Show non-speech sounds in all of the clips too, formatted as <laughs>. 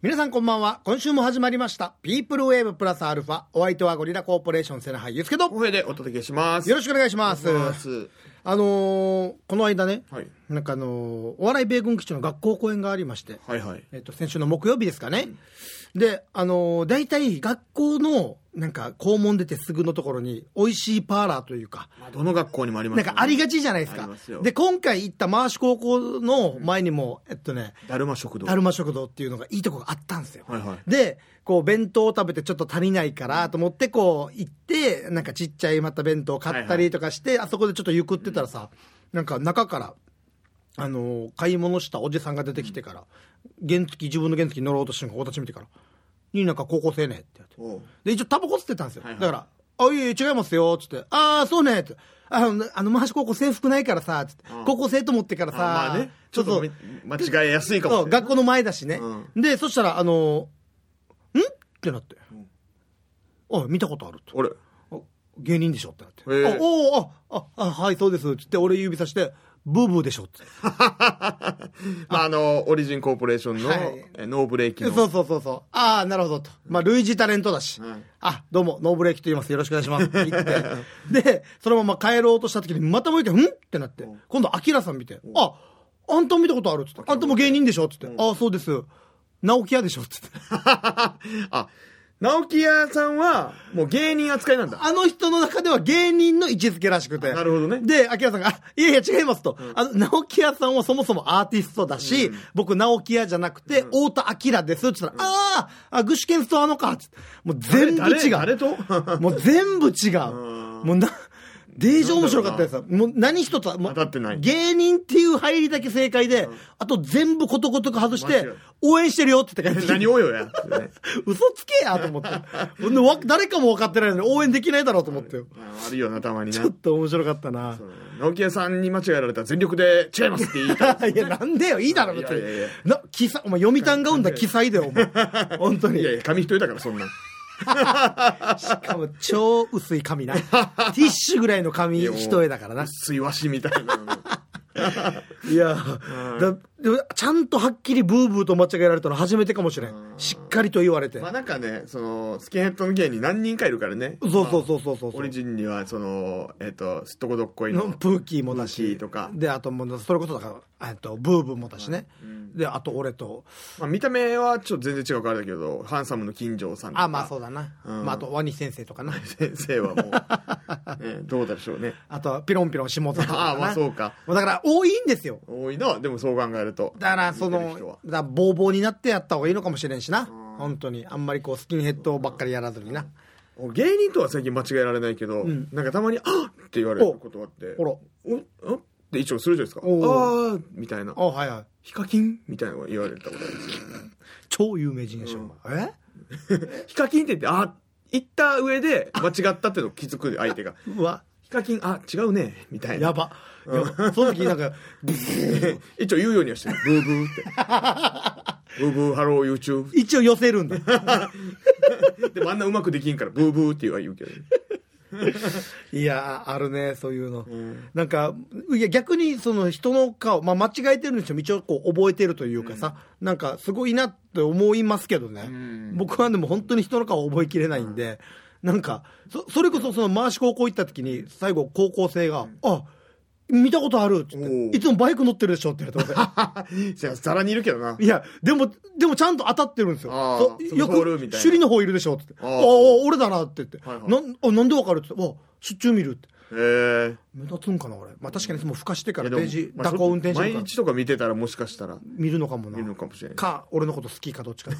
皆さんこんばんは。今週も始まりました。ピープルウェーブプラスアルファ。お相手はゴリラコーポレーションセナハイユスケと。よ公平でお届けします。ろしくお願いします。す。あのーこの間ね、はいなんかあのーお笑い米軍基地の学校公演がありまして、はいはい。えっと、先週の木曜日ですかね。で、あのー大体学校の、なんか校門出てすぐのところに、美味しいパーラーというか、まあ、どの学校にもありますなんよねかありがちじゃないですあかります。よで、今回行った回し高校の前にも、えっとね、だるま食堂。だるま食堂っていうのがいいとこがあったんですよ。はいはい。で、こう、弁当を食べてちょっと足りないからと思って、こう、行って、なんかちっちゃいまた弁当を買ったりとかして、あそこでちょっとゆくってたらさ、なんか中から、あのー買い物したおじさんが出てきてから、原付、自分の原付乗ろうとしてるのを私見てから、いいなんか高校生ねって言われて。おうで、一応タバコ吸ってたんですよ。はいはいだから、あ、いえいえ、違いますよ、つって。ああ、そうね、つって。あの、あの、マーシ高校制服ないからさ、つってう。ん高校生と思ってからあさ、まあね、ちょっと間違えやすいかそもうしれ学校の前だしね、でそしたらあのー「ん?」ってなって「おい見たことある」と俺、 「お芸人でしょ」ってなって「へえあおおあああはいそうです」っつって俺指さして「ブーブーでしょ」ってまあ、あの、オリジンコーポレーションの、はいえノーブレーキの。そうそうそうそうああなるほどとまあ類似タレントだし、はいあどうもノーブレーキと言いますよろしくお願いしますって言ってでそのまま帰ろうとした時にまた向いて「ん?」ってなって今度アキラさん見て「ああんた見たことある」っつって「あんたも芸人でしょ」っつって「ああそうです直木屋でしょ」っつって <laughs> あ、直木屋さんは、もう芸人扱いなんだ。あの人の中では芸人の位置づけらしくて。なるほ <laughs> どねで、明さんが、あ、いやいや違いますと。あの、直木屋さんはそもそもアーティストだし、僕直木屋じゃなくて、太田明ですって言ったら、あーあ、具志堅ストアのかっつってもう全部違誰う。誰と <laughs> もう全部違う。もうな、デージ面白かったです。もう何一つ、もう当たってない芸人っていう入りだけ正解で、あと全部ことごとく外し間違てい、応援してるよって言って帰ってき <laughs> て何をよや。ね <laughs> 嘘つけやと思って。ほんでわ誰かも分かってないのに応援できないだろうと思ってよ。ああるよな、たまにちなょっ。と面白かったな。直木屋さんに間違えられたら全力で違いますって言 <laughs> いたい。 <laughs> いや、なんでよ、いいだろ、別にいやいやいや。な、記載、お前、読谷が生んだ記載だよ、お <laughs> 前。本当いにや。いや、紙一重だから、そんなん。しかも、超薄い紙な。ティッシュぐらいの紙一重だからな。すいわしみたいなの。いや、 <laughs> だでもちゃんとはっきりブーブーと間違えられたの初めてかもしれん。しっかりと言われてま。あなんかね、その、スキンヘッドの芸人何人かいるからね。そうそうそうそうそう。オリジンには、その、えっ、と、すっとこどっこいのの。プーキーもだプーキしーとかであともうそれこそだからえっとブーブーもだしね、であと俺とまあ見た目はちょっと全然違うからだけど、ハンサムの金城さんと <laughs> か。あまあそうだな、うんまあ、あとワニ先生とかな <laughs> 先生はもう、ね、どうでしょうね。あとはピロンピロン下田とかな <laughs> ああ、まあそうか。もうだから多いんですよ多いな、でもそう考えると。だからそ見てる人はのだからボーボーになってやった方がいいのかもしれんしな、本当にあんまりこうスキンヘッドばっかりやらずにな、芸人とは最近間違えられないけど、なんかたまに、あっって言われることがあって、ほらお、おって一応するじゃないですか。おああ、みたいなあ。はいはいヒカキンみたいなのが言われたことあるんですよ。超有名人でしょ、お前えヒカキンって言って、あ、言った上で間違ったってのを気づく相手が。うわヒカキン、あ、違うね、みたいやな。ば、や <laughs> ばその時なんか <laughs> 一応言うようにはしてる。ブーブ <laughs> ーって。ブーブー、ハロー、YouTube。一応寄せるんだでもあんなうまくできんから、ブーブーっては言うけど。いやーあるねそういうの、なんかいや逆にその人の顔、まあ、間違えてるにしても一応こう覚えてるというかさ、なんかすごいなって思いますけどね、僕はでも本当に人の顔覚えきれないんで、なんかそそれこそその回し高校行った時に最後高校生が「あ見たことある」って言おっうて「いつもバイク乗ってるでしょ」って言われ <laughs> て <laughs> じゃあ、ざらにいるけどな。いやでもでもちゃんと当たってるんですよあーそそのよホールくみたいな首里の方いるでしょ」って言って「ああーあー俺だな」って言って「はいはいなんあなんでわかる?」って言って「あ出張見る」って。へえ。目立つんかな俺、まあ、確かにもうふかしてかいやらでペーもジまあ蛇行運転してる毎から日とか見てたら、もしかしたら、 <laughs> 見るのかもな見るのかもしれない。か俺のこと好きかどっちか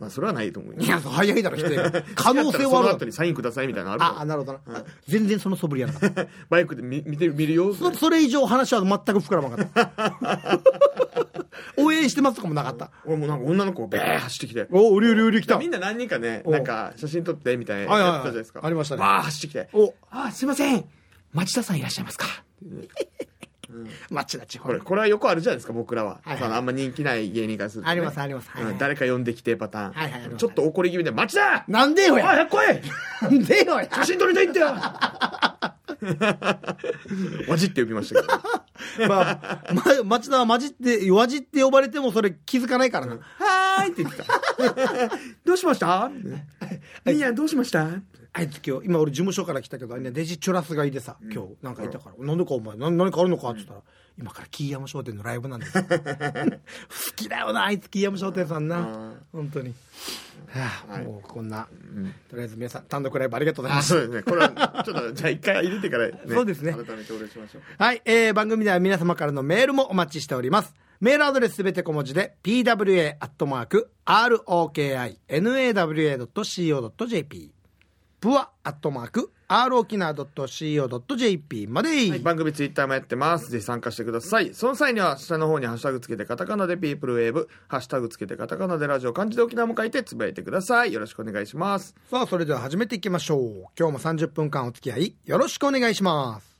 まあ、それはないと思うよ。いや早いだろ <laughs> 否定が <laughs> 可能性そはのあ後るにサインくださいみたいなのあるああなるほどな、あ全然その素振りやなかったから。バイクで見見て見るよ。そそれ以上話は全く膨らまなかった <laughs> 応援してますとかもなかった俺もなんか女の子がベー走ってきて。おおりゅうりゅうりゅう来たみんな何人かね、おなんか写真撮ってみたいなはいやはいっはいてたじゃないですか。ありましたねわー走ってきて。おあ、すいません。町田さんいらっしゃいますか。町田地こ方れ、これはよくあるじゃないですか、僕らは。はいはいそのあんま人気ない芸人からすると、ね。ありますありますはいはいうん誰か呼んできてパターン。はいはいありますちょっと怒り気味で、町田なんでよおい、や早く来い <laughs> なんでよや写真撮りたいってよ <laughs> わじって呼びましたけど。まあ、ま、町田はマジって、わじって呼ばれてもそれ気づかないからな。はーいって言ってた。 <laughs> どうしましたみんなどうしましたあいつ今日今俺事務所から来たけどあいつデジチュラスがいでさ今日なんかいたから「なんでかお前な何かあるのか?」って言ったら「今からキーヤマ商店のライブなんです好きだよなあいつキーヤマ商店さんな本当にはあもうこんなとりあえず皆さん単独ライブありがとうございまあ、すそうですね。これは、ちょっと、じゃあ一回入れてからね。そうですね改めてお礼しましょう。はい、えー番組では皆様からのメールもお待ちしております。メールアドレスすべて小文字で pwa.rokinawa.co.jp プア .rokina.co.jp まで、はい番組ツイッターもやってます。ぜひ参加してください。その際には、下の方にハッシュタグつけて、カタカナでピープルウェーブ、ハッシュタグつけて、カタカナでラジオ、漢字で沖縄も書いて、つぶやいてください。よろしくお願いします。さあ、それでは始めていきましょう。今日も30分間お付き合いよろしくお願いします。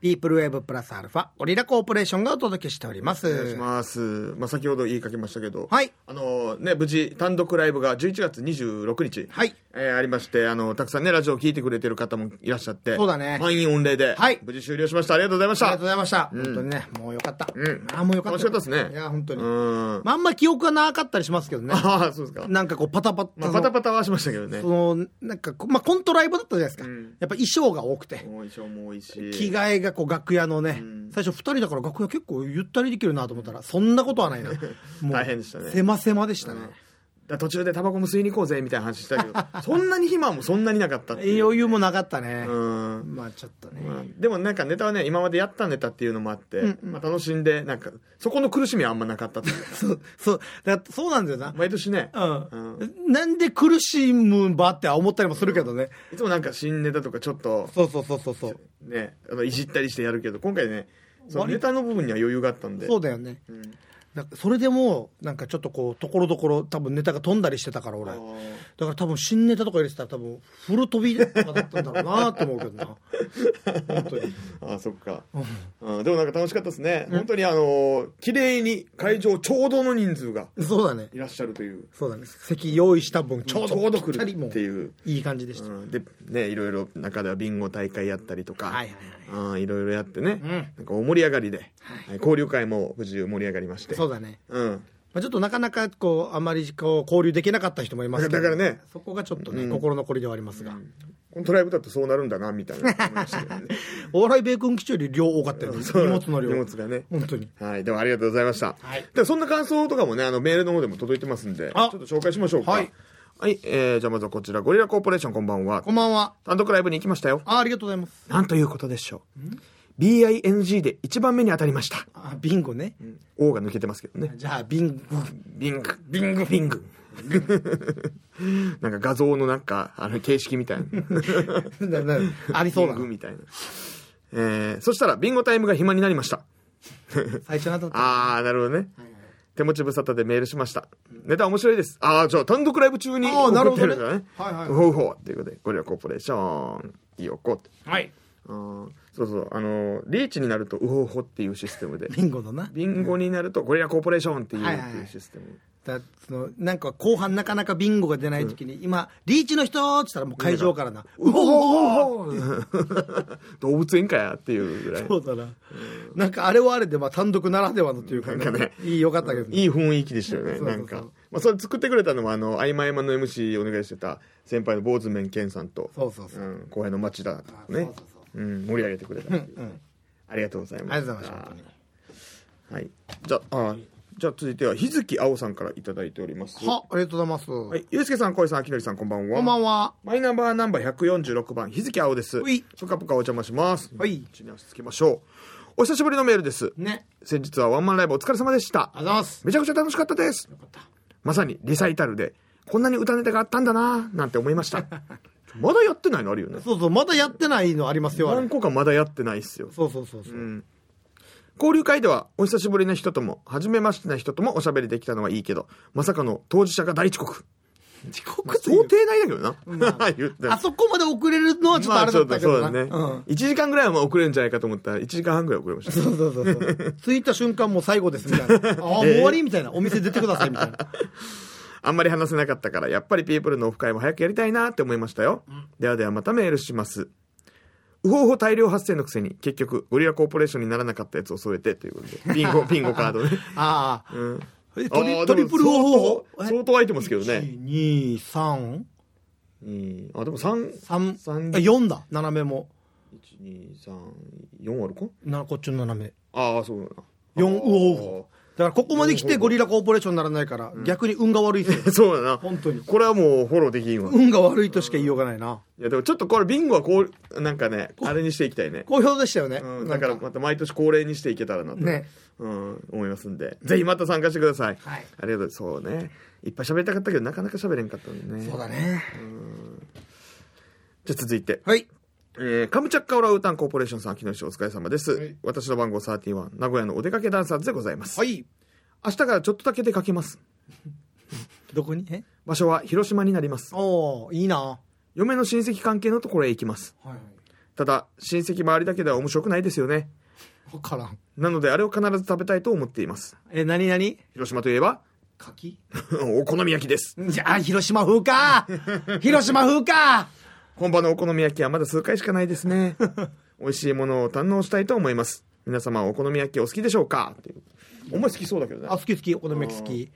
ピープルウェーブプラスアルファ、オリラコーポレーションがお届けしております。お願いします。まあ、先ほど言いかけましたけど、はい。あのね、無事、単独ライブが11月26日、はい。えーありまして、あの、たくさんね、ラジオを聞いてくれてる方もいらっしゃって、そうだね満員御礼で、はい無事終了しました。ありがとうございましありがたとうご。ざいました。うん本当にね、もうよかった。うんああ、もうよかった。楽しかったですねいや、本当うに。ん。まあ、あんま記憶がなかったりしますけどね。 <laughs> ああ、そうですか。なんかこう、パタパタまの。あ、パタパタはしましたけどね。そもうの、なんかこう、まあ、コントライブだったじゃないですか。うやんっぱ衣装が多くて。衣装も多いし。着替えがこう楽屋のね、うん最初2人だから楽屋結構ゆったりできるなと思ったらそんなことは <laughs> ないなもう大変でしたね狭狭でしたね、だから途中でタバコも吸いに行こうぜみたいな話した <laughs> けどそんなに暇もそんなになかったっていう、余裕もなかったねう、んまあちょっとね、まあ、でもなんかネタはね今までやったネタっていうのもあって、まあ、楽しんでなんかそこの苦しみはあんまなかったという <laughs> そうそうだからそうなんだよな毎年ね、うん、なんで苦しむ場って思ったりもするけどね、いつもなんか新ネタとかちょっとそうそうそうそうそうねあのいじったりしてやるけど今回ねその割ネタの部分には余裕があったんでそうだよね、んなんかそれでもうなんかちょっとこうところどころ多分ネタが飛んだりしてたから俺あだーから多分新ネタとか入れてたら多分フル飛びとかだったんだろうなと思うけど <laughs> な本当にあーそっか、うん、でもなんか楽しかったですね、本当にあのー綺麗に会場ちょうどの人数がそうだねいらっしゃるというそうだね席用意した分ちちょょううどど来ぴったりもるっていういい感じでした、うん、でねいろいろ中ではビンゴ大会やったりとか、はいはいうんいろいろやってね、んなんか大盛り上がりで、はい交流会も無事盛り上がりましてそうだね、うん、まあ、ちょっとなかなかこうあまりこう交流できなかった人もいますけどだからねそこがちょっとね、心残りではありますが、このトライブだとそうなるんだなみたいな思いましたけ <laughs> どねお笑い米軍基地より量多かった <laughs> よね荷物の量荷物がね本当にはいでもありがとうございました、はいでそんな感想とかもねあのメールの方でも届いてますんでちょあっと紹介しましょうかはい、はいえーじゃあまずはこちらゴリラコーポレーションこんばんはこんばんは単独ライブに行きましたよあありがとうございますなんということでしょう BING で一番目に当たりましたあビンゴね、 O が抜けてますけどねじゃあビンゴビング、ビング、ビング。 <laughs> なんか画像のなんか、あの、形式みたいな。な <laughs> なありそうだビングなみたいな。えー、そしたら、ビンゴタイムが暇になりました。最初なと思ったあー、なるほどね。手持ち無沙汰でメールしました。ネタ面白いです。あー、じゃあ単独ライブ中にあーなる送っほてどねるんだね。はいはいほうほう。ということで、ゴリラコーポレーション、よこって。はいあーそうそう、あのー、リーチになると、うほうほっていうシス <laughs> テムで、ビンゴのなビンゴになると、ゴリラコーポレーションっていうはいはいはいっていうシステム。だそのなんか後半なかなかビンゴが出ない時に、今リーチの人っつったらもう会場からな「うおお!」 <laughs> 動物園かやっていうぐらい。そうだな。なんかあれはあれで、まあ単独ならではのというかなんかねね。いい、よかったけどね。いい雰囲気でしたよそね、うそうそうなんか。まあ、それ作ってくれたのは、あの、あいまいまの MC お願いしてた先輩の坊主面健さんと、そうそうそう。ん、後輩の町田とかそうねそううん、盛り上げてくれたっていううん。ありがとうございまありす。がとうございました。本はい。じゃあ、あじゃあ続いては、日月青さんからいただいております。当には、ありがとうございます。はい。ゆうすけさん、こいさん、あきのりさん、こんばんは。こんばんは。マイナンバーナンバー146番、日月青です。はいぷかぷかお邪魔します。はい地に足つきましょう。お久しぶりのメールです。ね。先日はワンマンライブお疲れ様でしたあ。りがとうございます。めちゃくちゃ楽しかったです。まさにリサイタルで、こんなに歌ネタがあったんだなぁ、なんて思い <laughs> ました。まだやってないのあるよね。そうそう、まだやってないのありますよ、あれ何個かまだやってないっすよ。そうそうそうそう。交流会では、お久しぶりな人とも、初めましてな人ともおしゃべりできたのはいいけど、まさかの当事者が大遅刻。遅刻とい想う。定内だけどな。 <laughs> 言ったあそこまで遅れるのはちょっとあれだったけどまな。あちょっとそうだね。うん。 1時間ぐらいはまあ遅れるんじゃないかと思ったら、1時間半ぐらい遅れました。そうそうそう <laughs> そう。着いた瞬間もう最後ですみたいな。あ <laughs> あ、もう終わりみたいな。お店出てくださいみたいな。あんまり話せなかったから、やっぱりピープルのオフ会も早くやりたいなって思いましたよ。ではではまたメールします。ウホウホ大量発生のくせに、結局、ゴリラコーポレーションにならなかったやつを添えてということで、<laughs> ビンゴ、ビンゴカードね。ああ、うん。えあトーリでトもリプル方法相当相当空いてますけどね。 2、3、うん。あ、でも3、 3、三あ4だ、斜めも。 1、2、3、4あるかなこっちの斜め。ああ、そうだな。四あーウホウホだからここまで来てゴリラコーポレーションにならないから、逆に運が悪い <laughs> ですよそうだな。本当にこれはもうフォローできんわ。い運が悪いとしか言いようがないな。や、でもちょっとこれビンゴはこう、なんかね、あれにしていきたいね。好評でしたよね。うん、なだんからまた毎年恒例にしていけたらなと、ねうん、思いますんでぜひまた参加してください、はいありがとうございますそうねいっぱい喋りたかったけどなかなか喋れんかったんでねそうだね。じゃあ続いて、はい。えーカムチャッカオラウータンコーポレーションさん秋の市お疲れ様です、はい私の番号31名古屋のお出かけダンサーズでございます、はい。明日からちょっとだけ出かけますどこにえ場所は広島になりますおーいいな。嫁の親戚関係のところへ行きますはい。ただ親戚周りだけでは面白くないですよねわからん。なのであれを必ず食べたいと思っていますえ、なになに広島といえば <laughs> 柿お好み焼きですじゃあ、広島風 <laughs> か広島風か本場のお好み焼きはまだ数回しかないです <laughs> ね美味しいものを堪能したいと思います皆様はお好み焼きお好きでしょうかっていうお前好きそうだけどねあ、好き好き、お好み焼き好き。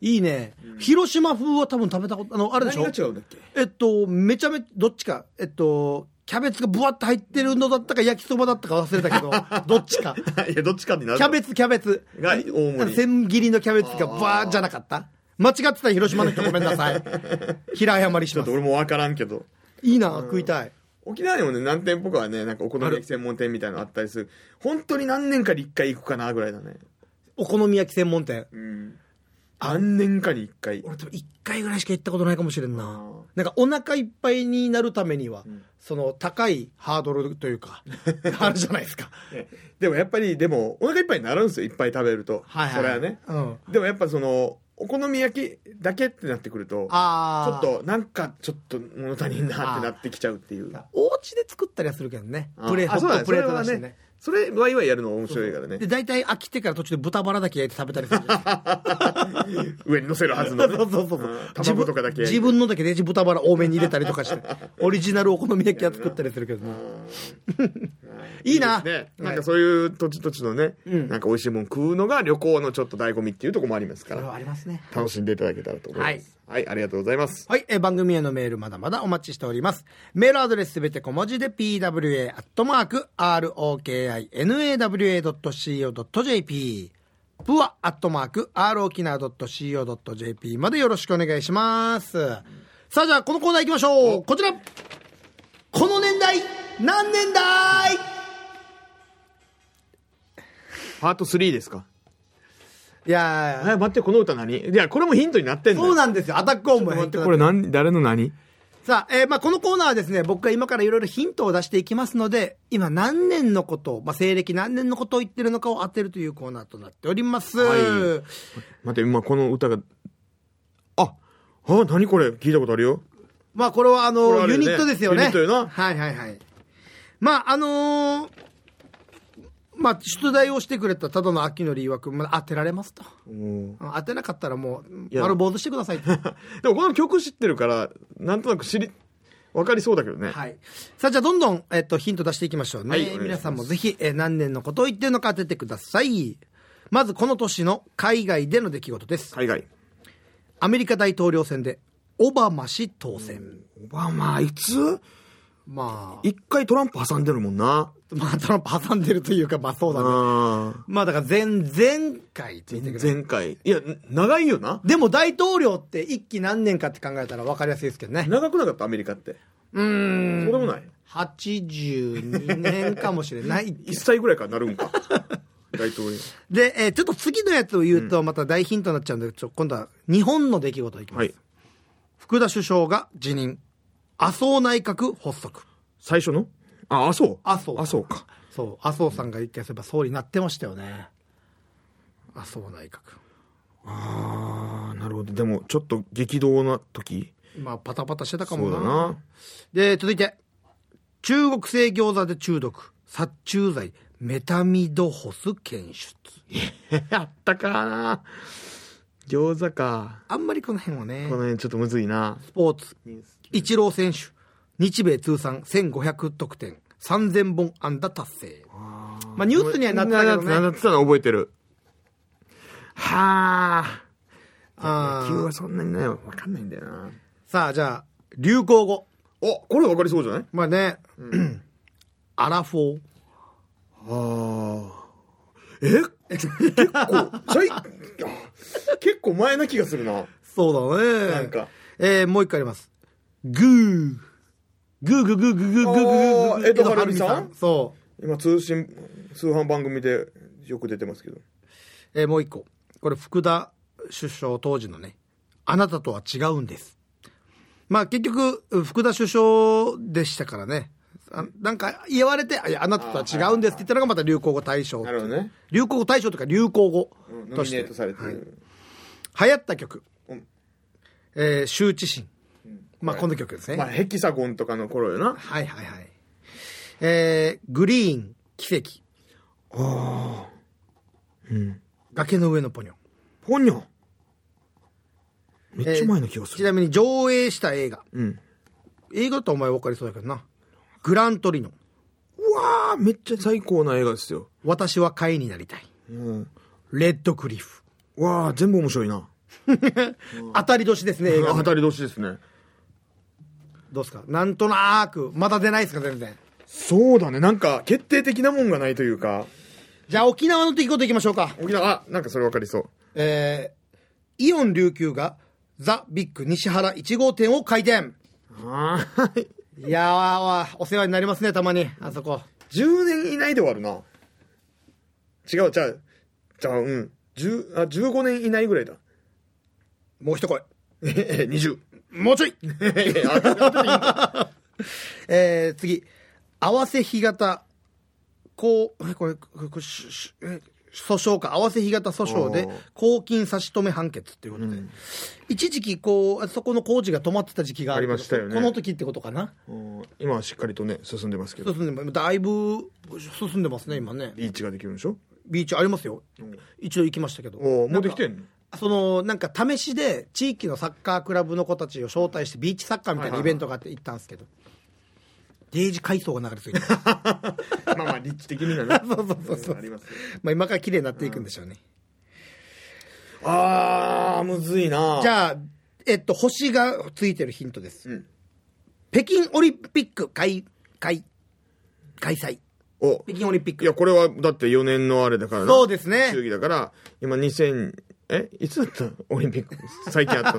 いいね。広島風は多分食べたこと、あの、あれでしょうんだっけえっと、めちゃめちゃ、どっちか、えっと、キャベツがブワッと入ってるのだったか焼きそばだったか忘れた <laughs> けど、どっちか。いやどっちかになるキャベツ、キャベツ。が大盛り千切りのキャベツがバーじゃなかった間違ってた広島の人ごめんな <laughs> さい。平謝りしちょまっとす。俺も分からんけどいいな、食いたい。沖縄にもね何店舗かはねなんかお好み焼き専門店みたいなのあったりする本当に何年かに1回行くかなぐらいだねお好み焼き専門店。うん何年かに1回俺多分1回ぐらいしか行ったことないかもしれんなうん。なんかお腹いっぱいになるためには、その高いハードルという <laughs> か、あるじゃないですか。でもやっぱりでもお腹いっぱいになるんですよいっぱい食べると、はいはい。それはねうん。でもやっぱそのお好み焼きだけってなってくるとちょあっあ。となんかちょっと物足りんなってなってきちゃうっていうお家で作ったりはするけどね。あプレーあト、そうホだッねトプレート出してね。それワイワイやるの面白いからねで、大体飽きてから途中で豚バラだけ焼いて食べたりするじゃ <laughs> ないですか。上に乗せるはず <laughs> そのうねそうそうそううん卵とかだけ自分自分のだけで豚バラ多めに入れたりとか <laughs> して、オリジナルお好み焼きは作ったりするけども。 <laughs> いいな。ね、なんかそういう土地土地のね、なんか美味しいもん食うのが旅行のちょっと醍醐味っていうところもありますかこれらはありますね。楽しんでいただけたらと思いますはい、ありがとうございますはい、えー番組へのメールまだまだお待ちしております。メールアドレスすべて小文字で pwa.rokinawa.co.jp プアアットマーク rokina.co.jp までよろしくお願いします。さあじゃあこのコーナー行きましょう。こちらこの年代何年代パート3ですかいやーあ待ってこの歌何いやこれもヒントになってんのそうなんですよ。アタックオンも待ってこれ何誰の何さあ、えーまあ、このコーナーはですね、僕が今からいろいろヒントを出していきますので、今何年のことを、まあ、西暦何年のことを言ってるのかを当てるというコーナーとなっております。は待って今この歌がああ何これ聞いたことあるよまあ、これはあの、これあれユよねニットですよね。ユニットよなはいはいはい。まあ、あのーまあ、出題をしてくれたただの秋のり曰く、まあ、当てられますと。うんうん当てなかったらもう、や丸坊主してくださいと。 <laughs> でもこの曲知ってるからなんとなく知り分かりそうだけどね、はい。さあ、じゃあ、どんどん、えっと、ヒント出していきましょうね。はいお願いします皆さんもぜひ、えー何年のことを言ってるのか当ててください。まず、この年の海外での出来事です。海外アメリカ大統領選で、オバマ氏当選。オバマいつまあ、一回トランプ挟んでるもんなまあ、トランプ挟んでるというか、まあ、そうだね。あまあ、だから、前、前回ついてくる。前回いや長いよなでも、大統領って一期何年かって考えたら分かりやすいですけどね。長くなかったアメリカってうーん。そうでもない82年かもしれない。一期1歳ぐらいからなる <laughs> んか大統領で、えーちょっと次のやつを言うと、また大ヒントになっちゃうんで、ちょ今度は日本の出来事いきます。はい福田首相が辞任。麻生内閣発足。最初のあ麻生麻生麻生かそう、麻生さんが一回そういえば総理になってましたよね。麻生内閣。ああなるほどでもちょっと激動な時まあ、パタパタしてたかそもうな。だなで、続いて。中国製餃子で中毒。殺虫剤。メタミドホス検出。 <laughs> やったかな餃子かあんまりこの辺はねこの、辺ちょっとむずいなスポーツ。イチロー選手、日米通算1500得点、 3000本安打達成。ままあニュースにはなってたけどねななってたの覚えてる。はあ。あ野球ーはそんなにね、わかんないんだよな。さあ、じゃあ、流行語。お、これわかりそうじゃないまあね、アラフォー。ああ。え結構、最結構前な気がするな。そうだね。なんか。えー、もう一個あります。グー。グーグーグーグーグーグーグーグーグあーー江戸晴美さんそ今、通信、通販番組でよく出てますけど。う。えー、もう一個。これ、福田首相当時のね、あなたとは違うんです。まあ、結局、福田首相でしたからね。あなんか言われて、あいや、あなたとは違うんですって言ったのがまた流行語大賞。なるほどね。流行語大賞というか流行語うんノとミしネて。ートされてはいる。流行った曲、うんえー、羞恥心、まあはいこの曲ですね、まあ、ヘキサゴンとかの頃よな。はいはいはいえー、グリーン奇跡ああ。うん。崖の上のポニョポニョ。めっちゃ前の気がすち。なみに上映した映画うん。映画だとお前分かりそうだけどなグラントリノうわあ、めっちゃ最高な映画ですよ。私は貝になりたいうん。レッドクリフわあ、全部面白いな。当たり年ですね映画当たり年ですね。どうですかなんとなくまだ出ないですか全然そうだね。なんか、決定的なもんがないというか。じゃあ沖縄の出来事いきましょうか沖縄、あ、なんかそれわかりそう。えー、イオン琉球がザ・ビッグ西原1号店を開店ああ、はい。いやーお世話になりますねたまにあそこ10年以内で終わるな。違う、じゃあ、じゃあ、うん。10、あ、15年以内ぐら <laughs> いだ。もう一声ええ、20。もうちょい <laughs> えー、次合わせ干潟こうえこれこれこれししえ訴訟か合わせ干潟訴訟でおー公金差し止め判決ということで、一時期こうあそこの工事が止まってた時期があるけどありましたよねこの時ってことかなうん今はしっかりとね、進んでますけど。進んでだいぶ進んでますね今ねリーチができるんでしょビーチありますよ、一度行きましたけどおーなもうんかできてんのそのなんか試しで地域のサッカークラブの子たちを招待してビーチサッカーみたいなイベントがあって行ったんですけど、デージ階層が流れていてまあまあ、立地的には <laughs> ね。そうそうそうそうありますよまあ今から綺麗になっていくんでしょうね、あー、むずいなじあ、ゃあえっと星がついてるヒントです、うん北京オリンピック開開開催お、北京オリンピッいクや、これは、だって4年のあれだからな。そうですね祝儀だから、今2000、えいつだったのオリンピック。最近あった <laughs>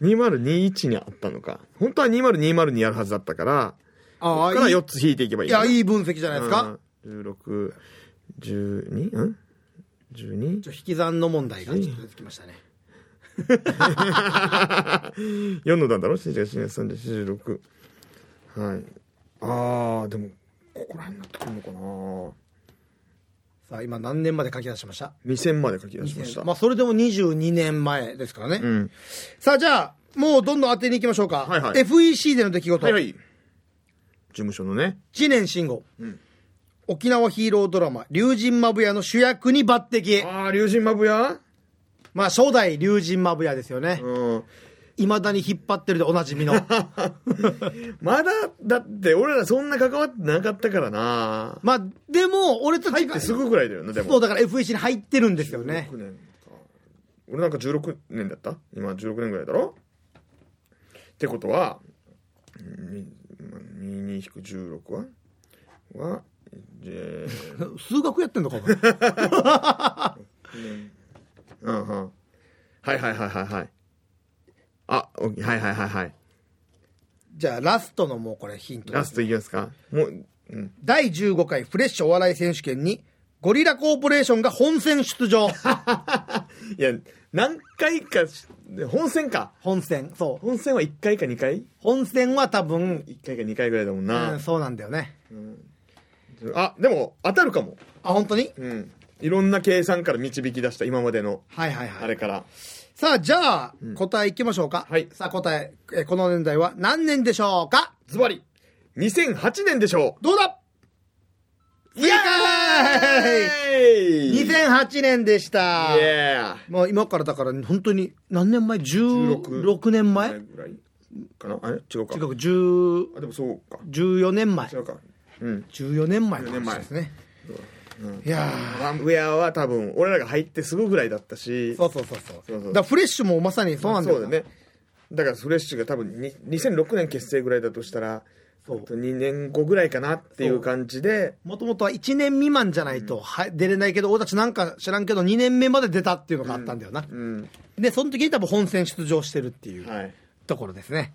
の。2021にあったのか。本当は2020にやるはずだったから、あこあっからいい4つ引いていけばいい。いやいい分析じゃないですか、うん16、12? うん ?12? ちょっと引き算の問題がちょっと出てきましたね、 4の段だろ ?7 月7月3 4 6はい。あー、でも、ここら辺になってくるのかなさあ今何年まで書き出しました2000まで書き出しました。まあそれでも22年前ですからね、うん。さあじゃあもうどんどん当てに行きましょうか、はいはい FEC での出来事、はいはい。事務所のね。知念慎吾、沖縄ヒーロードラマ「龍神まぶや」の主役に抜擢ああ、龍神マブヤまあ初代龍神まぶやですよねうん。いま、未だに引っ張ってるでおなじみの <laughs> まだ、だって俺らそんな関わってなかったからな。まあでも俺たち入っがてすぐぐらいだよね、でそも。うだから FEC に入ってるんですよね16年か。俺なんか16年だった今16年ぐらいだろってことは、2引く16はは、じゃ数学やってんのかお前あ、うんうん。はいはいはいはいはい。あ、おはいはいはいはい。 <laughs> じゃあラストのもうこれヒントラストいきますかもう、うん。第15回フレッシュお笑い選手権にゴリラコーポレーションが本戦出 <laughs> 場いや、何回かし、本戦か。本戦そう本戦は1回か2回本戦は多分 ?1 回か2回ぐらいだもんな。うん、そうなんだよねあ、でも、当たるかも。あ本当にうん。いろんな計算から導き出した、今までの、はいはいはいあれから。さあじゃあ、答えいきましょうかはいさあ答ええーこの年代は何年でしょうかズバリ、2008年でしょどうだう正解イェーイ !2008 年でしたイエーもう今からだから本当に何年前 ?16 年前ぐらいかなあれ違うか近く10あでもそうか14年前違うかうん14年前の14年前話ですねいやーワンウェアは多分俺らが入ってすぐぐらいだったしそうそうそうそうそうそうだからフレッシュもまさにそうなんだよだねだからフレッシュが多分に2006年結成ぐらいだとしたらそう2年後ぐらいかなっていう感じでもともとは1年未満じゃないとは出れないけど、俺たちなんか知らんけど2年目まで出たっていうのがあったんだよな、うんでその時に多分本戦出場してるっていうはいところですね、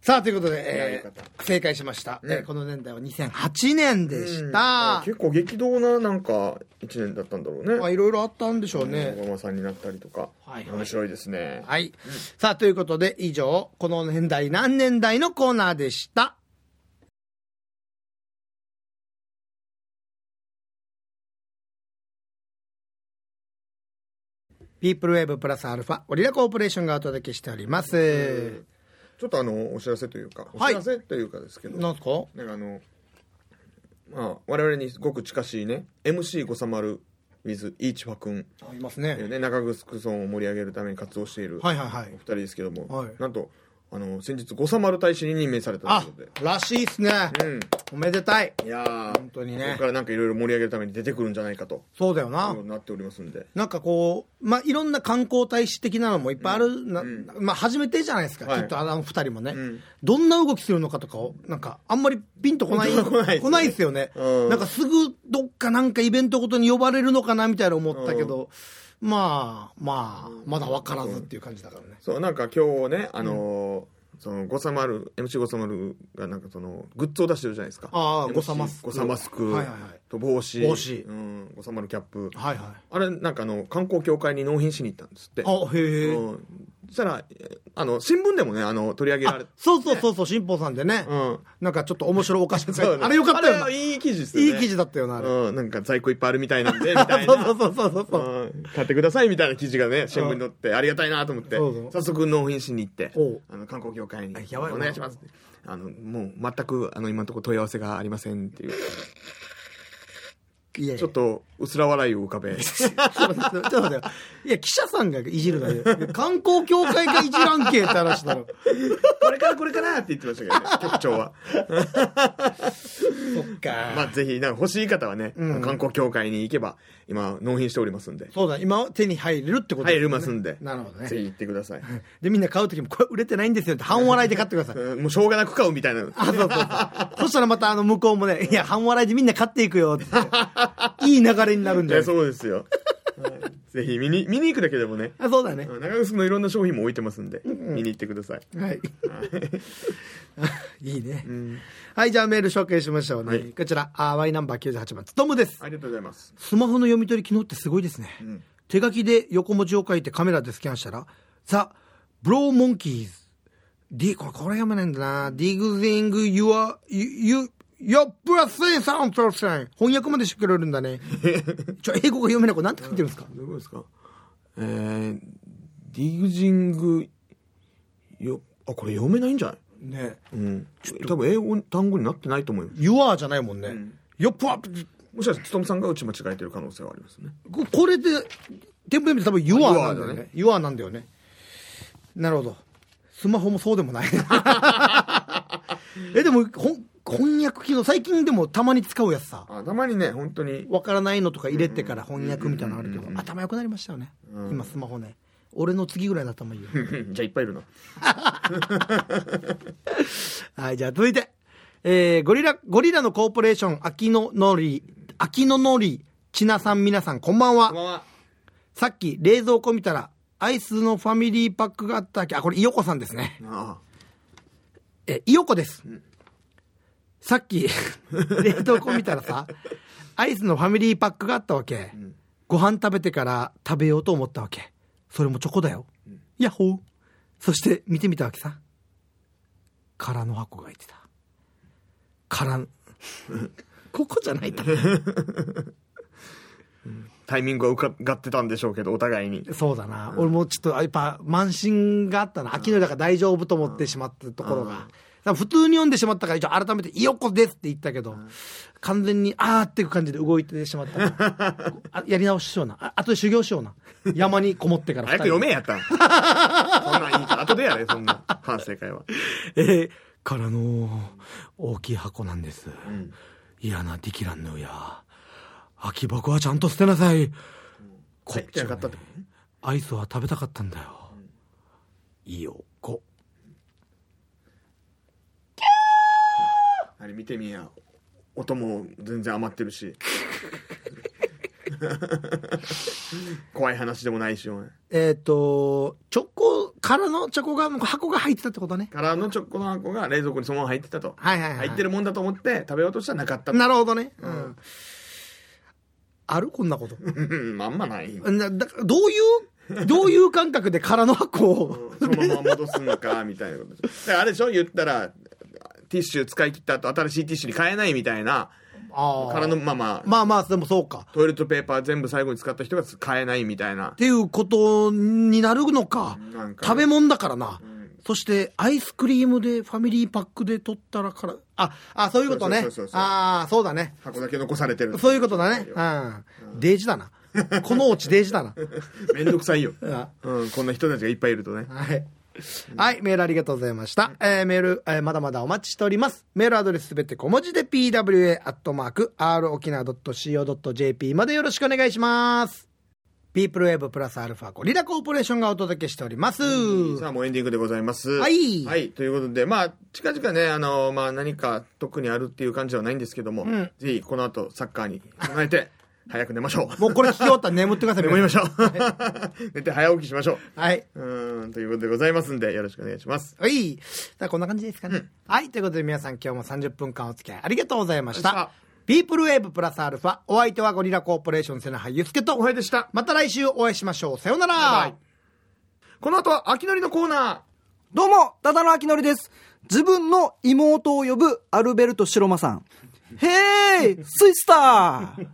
さあということいやでよ、かえっー正解しました、えねーこの年代は2008年でした、結構激動ななんか1年だったんだろうねまあいろいろあったんでしょうね、小川さんになったりとか、はいはい面白いですねはい。さあ、ということで、以上、この年代何年代のコーナーでした。ピープルウェーブプラスアルファ、オリラコーポレーションがお届けしております。ちょっとあのお知らせというかおは知いらせというかですけど、なんすかなんかあの、まあ、我々にごく近しいね MC530 with 飯島君ありますというね。ね中城村を盛り上げるために活動しているはいはいはいお二人ですけども、はいなんとあの先日五三丸大使に任命されたあというこ、らしいっすね。とで、うん、おめでたい。いやー本当にねここからなんかいろいろ盛り上げるために出てくるんじゃないかとそうだよいうなこと。になっておりますんでなんかこう、まあ、いろんな観光大使的なのもいっぱいある、なまあ、初めてじゃないですか、はいきっとあの二人もね、んどんな動きするのかとかを、なんか、あんまりピンとこない、ピンとこないですねですよね、うんなんかすぐどっかなんかイベントごとに呼ばれるのかなみたいな思ったけど、まあ、まあ、まだ分からずっていう感じだからね。そうなんか今日ねあのーそのゴサマル MC ゴサマルがなんかそのグッズを出してるじゃないですかああ MC ゴサマスクゴサマスクはいはいはいと帽子帽子うん、ゴサマルキャップはいはい。あれなんかあの観光協会に納品しに行ったんですってあ、へえ、うん、そしたらえあの新聞でもねあの取り上げられあてそうそうそうそう、新宝さんでね、うんなんかちょっと面白おかしい、そうねあれよかったよあな、れいい記事ですよねいい記事だったよな、あれ。うん、なんか在庫いっぱいあるみたいなんでみたいなそうそうそうそうそう。うん買ってくださいみたいな記事がね新聞に載ってありがたいなと思ってそうそう早速納品しに行っておうあの観光協会に「やばいなお願いします」ってあのもう全くあの今のところ問い合わせがありませんっていういやいやちょっとうすら笑いを浮か <laughs> べちょっと待ってちょっと待ってよいや、記者さんがいじるなよ。観光協会がいじらんけえって話だろ。これからこれからって言ってました <laughs> けどね局長はそっかまあぜひなんか欲しい方はね、観光協会に行けば今納品しておりますんでそうだ、今は手に入れるってこと入ですりねますんでなるほどぜね。ひ行ってくださいで、みんな買うときも、これ売れてないんですよって半笑いで買ってください。うんもうしょうがなく買うみたいなあ、そうそうそう。そしたらまたあの向こうもね、いや、半笑いでみんな買っていくよって。いい流れになるんいじゃなやいそうですよはいぜひ見に見に行くだけでもねあ、そうだね。長靴のいろんな商品も置いてますんで、見に行ってくださいはい。 <laughs> いいね。はい、じゃあメール紹介しましょうね。はいこちら、あワイナンバー98番、つとむです。ありがとうございますスマホの読み取り機能ってすごいですね、手書きで横文字を書いてカメラでスキャンしたら「ザ・ブローモンキーズ」D これこれ読めないんだな「Digging your, you, your blessing sound p r o c e 翻訳までしてくれるんだ <laughs> ねちょ英語が読めないこれなんて書いてるんですかどういうことですかえー、ディグジングよあこれ読めないんじゃないねうん多分英語単語になってないと思いま「す Your」じゃないもんね「Your、プ p もしかしたらつとむさんがうち間違えてる可能性はありますねここれで、テンプレ見て多分 You are なんだよね。You are なんだよね。なるほど。スマホもそうでもない。 <laughs> え、でも、ほん翻訳機能、最近でもたまに使うやつさ。あたまにね本当にわからないのとか入れてから翻訳みたいなのあるけど、頭良くなりましたよね。今スマホね。俺の次ぐらいだったもんいいよ。じゃあいっぱいいるなはい、じゃあ続いて。えーゴリラ、ゴリラのコーポレーション、秋野のり、秋野のり、ちなさん皆さんこんばんは。はさっき冷蔵庫見たら、アイスのファミリーパックがあったっけあ、これ、いよこさんですね。あえ、いよこです。さっき、 <laughs> 冷凍庫見たらさ、アイスのファミリーパックがあったわけ。ご飯食べてから食べようと思ったわけ。それもチョコだよ。ヤッホー。そして見てみたわけさ。空の箱が入ってた。空の、 <laughs> ここじゃないだろタイミングは伺ってたんでしょうけどお互いにそうだな、俺もちょっとやっぱ満身があったな秋のだから大丈夫と思ってしまったところが、から普通に読んでしまったから、一応改めて、いよっこですって言ったけど、完全に、あーっていう感じで動いてしまった <laughs> から。あやり直ししような。ああとで修行しような。山にこもってから早く読め <laughs> やったんそんなんいいから後でやれそんな反省会はえーからの大きい箱なんです。んいやな、できらんのや。空き箱はちゃんと捨てなさい。こ入ってなかったってはこねアイスは食べたかったんだよ。いいよ、こ。あれ見てみや音も全然余ってるし <laughs> 怖い話でもないしお前えっ、と、チョコからのチョコが、箱が入ってたってことね。カラーのチョコの箱が冷蔵庫にそのまま入ってたと、はいはいはい。入ってるもんだと思って食べようとしたらなかったとなるほどね。うんん。あるこんなこと。うんまんまないなだからどういう、どういう感覚で空の箱を。そのまま戻すのかみたいなことだからあれでしょ言ったらティッシュ使い切った後新しいティッシュに変えないみたいなあーからのまままあまあ、でもそうか。トイレットペーパー全部最後に使った人が買えないみたいなっ。ていうことになるのかなんかね食べ物だからな、んそしてアイスクリームでファミリーパックで取ったらからああそういうことねそうそうそうそうああそうだね箱だけ残されてる。そういうことだねうんデージだなこのオチデージだな <laughs> めんどくさいよ。 <laughs> あうん、こんな人たちがいっぱいいるとね。はい。はい、メールありがとうございました。えーメール、えーまだまだお待ちしております。メールアドレスすべて小文字で pwa.rokina.co.jp までよろしくお願いします。ピープルウェーブプラスアルファゴリラコーポレーションがお届けしております。さあ、もうエンディングでございます。はいはい、ということで、まあ、近々ね、あの、まあ、何か特にあるっていう感じではないんですけども、んぜひ、この後、サッカーに備えて、 <laughs> 早く寝ましょう。もうこれ聞き終わったら眠ってください。 <laughs> 眠りましょ <laughs> う。 <laughs> 寝て早起きしましょはい。う。うん、ということでございますんで、よろしくお願いします。はい。さあ、こんな感じですかね。はい。ということで皆さん今日も30分間お付き合いありがとうございましありがとたう。ピープルウェーブプラスアルファ、お相手はゴリラコーポレーションセナハユスケとお、はようでした。また来週お会いしましょう。さようなら。バイバイこの後は、秋のりのコーナどうも、ダダのあきのりです。自分の妹を呼ぶアルベルト・シロマさん。へーい、スイスター